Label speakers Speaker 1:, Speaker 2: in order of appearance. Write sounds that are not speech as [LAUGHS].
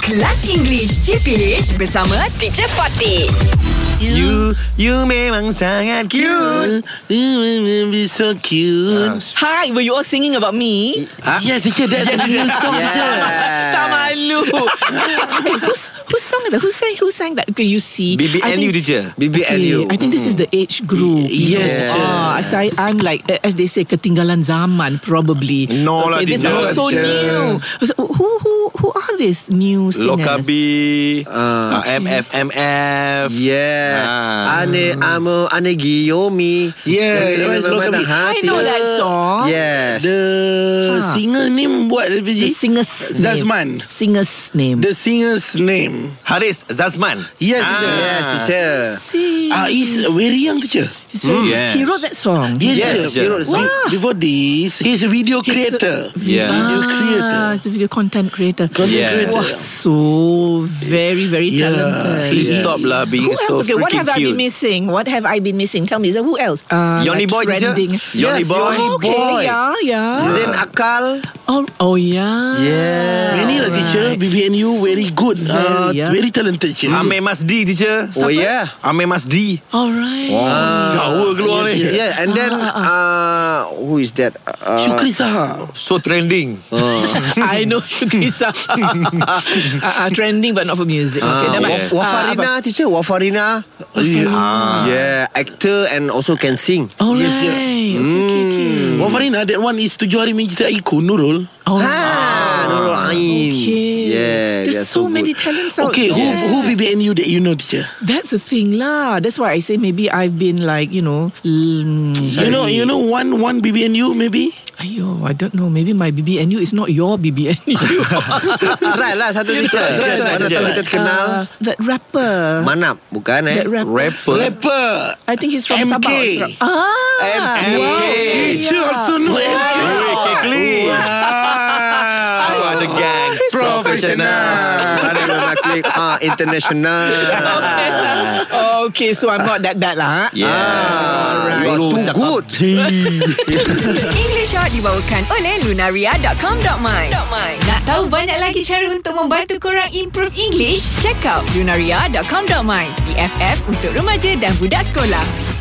Speaker 1: Kelas English CPH bersama Teacher Fatih.
Speaker 2: You You memang sangat cute Ah, You will be so cute
Speaker 3: Hi, were you all singing about me?
Speaker 2: huh? Yes teacher That's yes, a new song
Speaker 3: tak malu. [LAUGHS] Eh, who's, who song that? Who sang? Who sang that? Okay, you see. I
Speaker 2: BBNU
Speaker 3: think-
Speaker 2: teacher
Speaker 3: Okay, I think this is the age group.
Speaker 2: Mm-hmm. Y- yes,
Speaker 3: You know.
Speaker 2: yes.
Speaker 3: Ah, so I, I'm like, eh, as they say, ketinggalan zaman probably.
Speaker 2: No lah,
Speaker 3: okay, this
Speaker 2: teacher.
Speaker 3: is so
Speaker 2: Teacher.
Speaker 3: new. So, who who who are these new singers?
Speaker 2: Lokabi uh, MF MF
Speaker 4: Yeah.
Speaker 2: Ah.
Speaker 4: Ane amo ane Giyomi.
Speaker 5: Yeah, that one's Lokabi.
Speaker 3: I know that song.
Speaker 4: Yeah.
Speaker 5: The
Speaker 3: Ha.
Speaker 4: Ah.
Speaker 5: ha. singer name buat
Speaker 3: The
Speaker 5: refugee?
Speaker 3: singer's
Speaker 5: Zazman.
Speaker 3: name. Singer's name.
Speaker 5: The singer's name.
Speaker 2: Haris Zazman
Speaker 5: Yes, ah. teacher.
Speaker 4: Yes, teacher.
Speaker 3: See,
Speaker 5: Ah, he's very young teacher.
Speaker 3: It's very-
Speaker 2: Mm, yes.
Speaker 3: He wrote that song.
Speaker 5: Yes,
Speaker 4: Yes,
Speaker 5: yes
Speaker 4: teacher.
Speaker 5: you know the song.
Speaker 3: Wah.
Speaker 5: Before this, he's a video creator.
Speaker 2: Yeah.
Speaker 5: Video creator.
Speaker 3: Ah, he's a video content creator.
Speaker 5: Content
Speaker 2: Yeah.
Speaker 5: creator.
Speaker 3: Wah, so very, very
Speaker 5: Yeah.
Speaker 3: talented.
Speaker 2: Please
Speaker 5: Yeah.
Speaker 2: stop lah Being
Speaker 3: Who else?
Speaker 2: so
Speaker 3: okay,
Speaker 2: freaking
Speaker 3: what have I
Speaker 2: cute
Speaker 3: been missing? What have I been missing? Tell me, is there who else? Uh,
Speaker 2: Yoni
Speaker 3: like
Speaker 2: Boy teacher
Speaker 3: trending.
Speaker 2: Yoni
Speaker 4: Yes,
Speaker 2: Boy
Speaker 4: Yoni
Speaker 3: Oh, okay,
Speaker 4: Boy.
Speaker 3: yeah, yeah.
Speaker 4: Zain Akal.
Speaker 3: Oh, oh yeah.
Speaker 4: Yeah.
Speaker 5: Many lah teacher. BBNU very good. uh,
Speaker 3: Very, yeah.
Speaker 5: Very talented teacher.
Speaker 2: Amir Masdi teacher
Speaker 4: Oh yeah.
Speaker 2: Amir Masdi
Speaker 3: All right.
Speaker 5: Ah.
Speaker 2: Wah, Jawa keluar
Speaker 5: yes,
Speaker 2: ni
Speaker 5: yes.
Speaker 4: Yeah, and then uh, who is that? Uh,
Speaker 5: Syukri Saha.
Speaker 2: So trending
Speaker 3: [LAUGHS] I know Shukri Sa. uh, uh, trending, but not for music.
Speaker 5: Ah,
Speaker 3: Okay, never mind.
Speaker 2: yeah.
Speaker 3: Uh,
Speaker 4: Ah, Wafarina teacher, Wafarina.
Speaker 3: Oh,
Speaker 2: Ah.
Speaker 4: Yeah, actor and also can sing.
Speaker 3: All right.
Speaker 5: Yes, yeah.
Speaker 3: Okay, okay, okay.
Speaker 5: Hmm. Wafarina, that one is Tujuh Hari Menjitaiku, Nurul.
Speaker 3: All
Speaker 4: Ah,
Speaker 3: right.
Speaker 4: Nurul Ain.
Speaker 3: Okay.
Speaker 4: Yeah, they are
Speaker 3: There's so,
Speaker 4: so
Speaker 3: many
Speaker 4: good.
Speaker 3: talents out
Speaker 5: Okay,
Speaker 3: there.
Speaker 5: who, who BBNU that you know teacher?
Speaker 3: That's the thing lah. That's why I say maybe I've been like, you know, mm,
Speaker 5: You know, you know one one BBNU maybe?
Speaker 3: Ayo, I don't know. Maybe my BBNU is not your BBNU.
Speaker 5: [LAUGHS]
Speaker 4: Try lah satu teacher.
Speaker 2: try,
Speaker 4: Mana
Speaker 2: teacher.
Speaker 4: tahu kita terkenal.
Speaker 5: Uh-huh.
Speaker 3: Uh, that rapper.
Speaker 4: Manap, bukan eh?
Speaker 3: Ah. That rapper.
Speaker 2: Rapper
Speaker 5: Rapper.
Speaker 3: I think he's from
Speaker 5: MK.
Speaker 3: Sabah. He's from- Ah,
Speaker 2: MK.
Speaker 3: yeah.
Speaker 5: [LAUGHS] Teacher also know MK.
Speaker 2: Ray Kekli Wow Ada gang
Speaker 4: Ada nama klik ah, International
Speaker 2: [LAUGHS]
Speaker 3: Okay. [LAUGHS] Oh, okay, so I'm not that bad lah.
Speaker 2: Yeah
Speaker 4: Ah, You are
Speaker 2: Dulu
Speaker 4: too
Speaker 2: cakap
Speaker 4: good
Speaker 1: English Hot dibawakan oleh Lunaria.com.my Nak tahu banyak lagi cara untuk membantu korang improve English? Check out Lunaria.com.my BFF untuk remaja dan budak sekolah.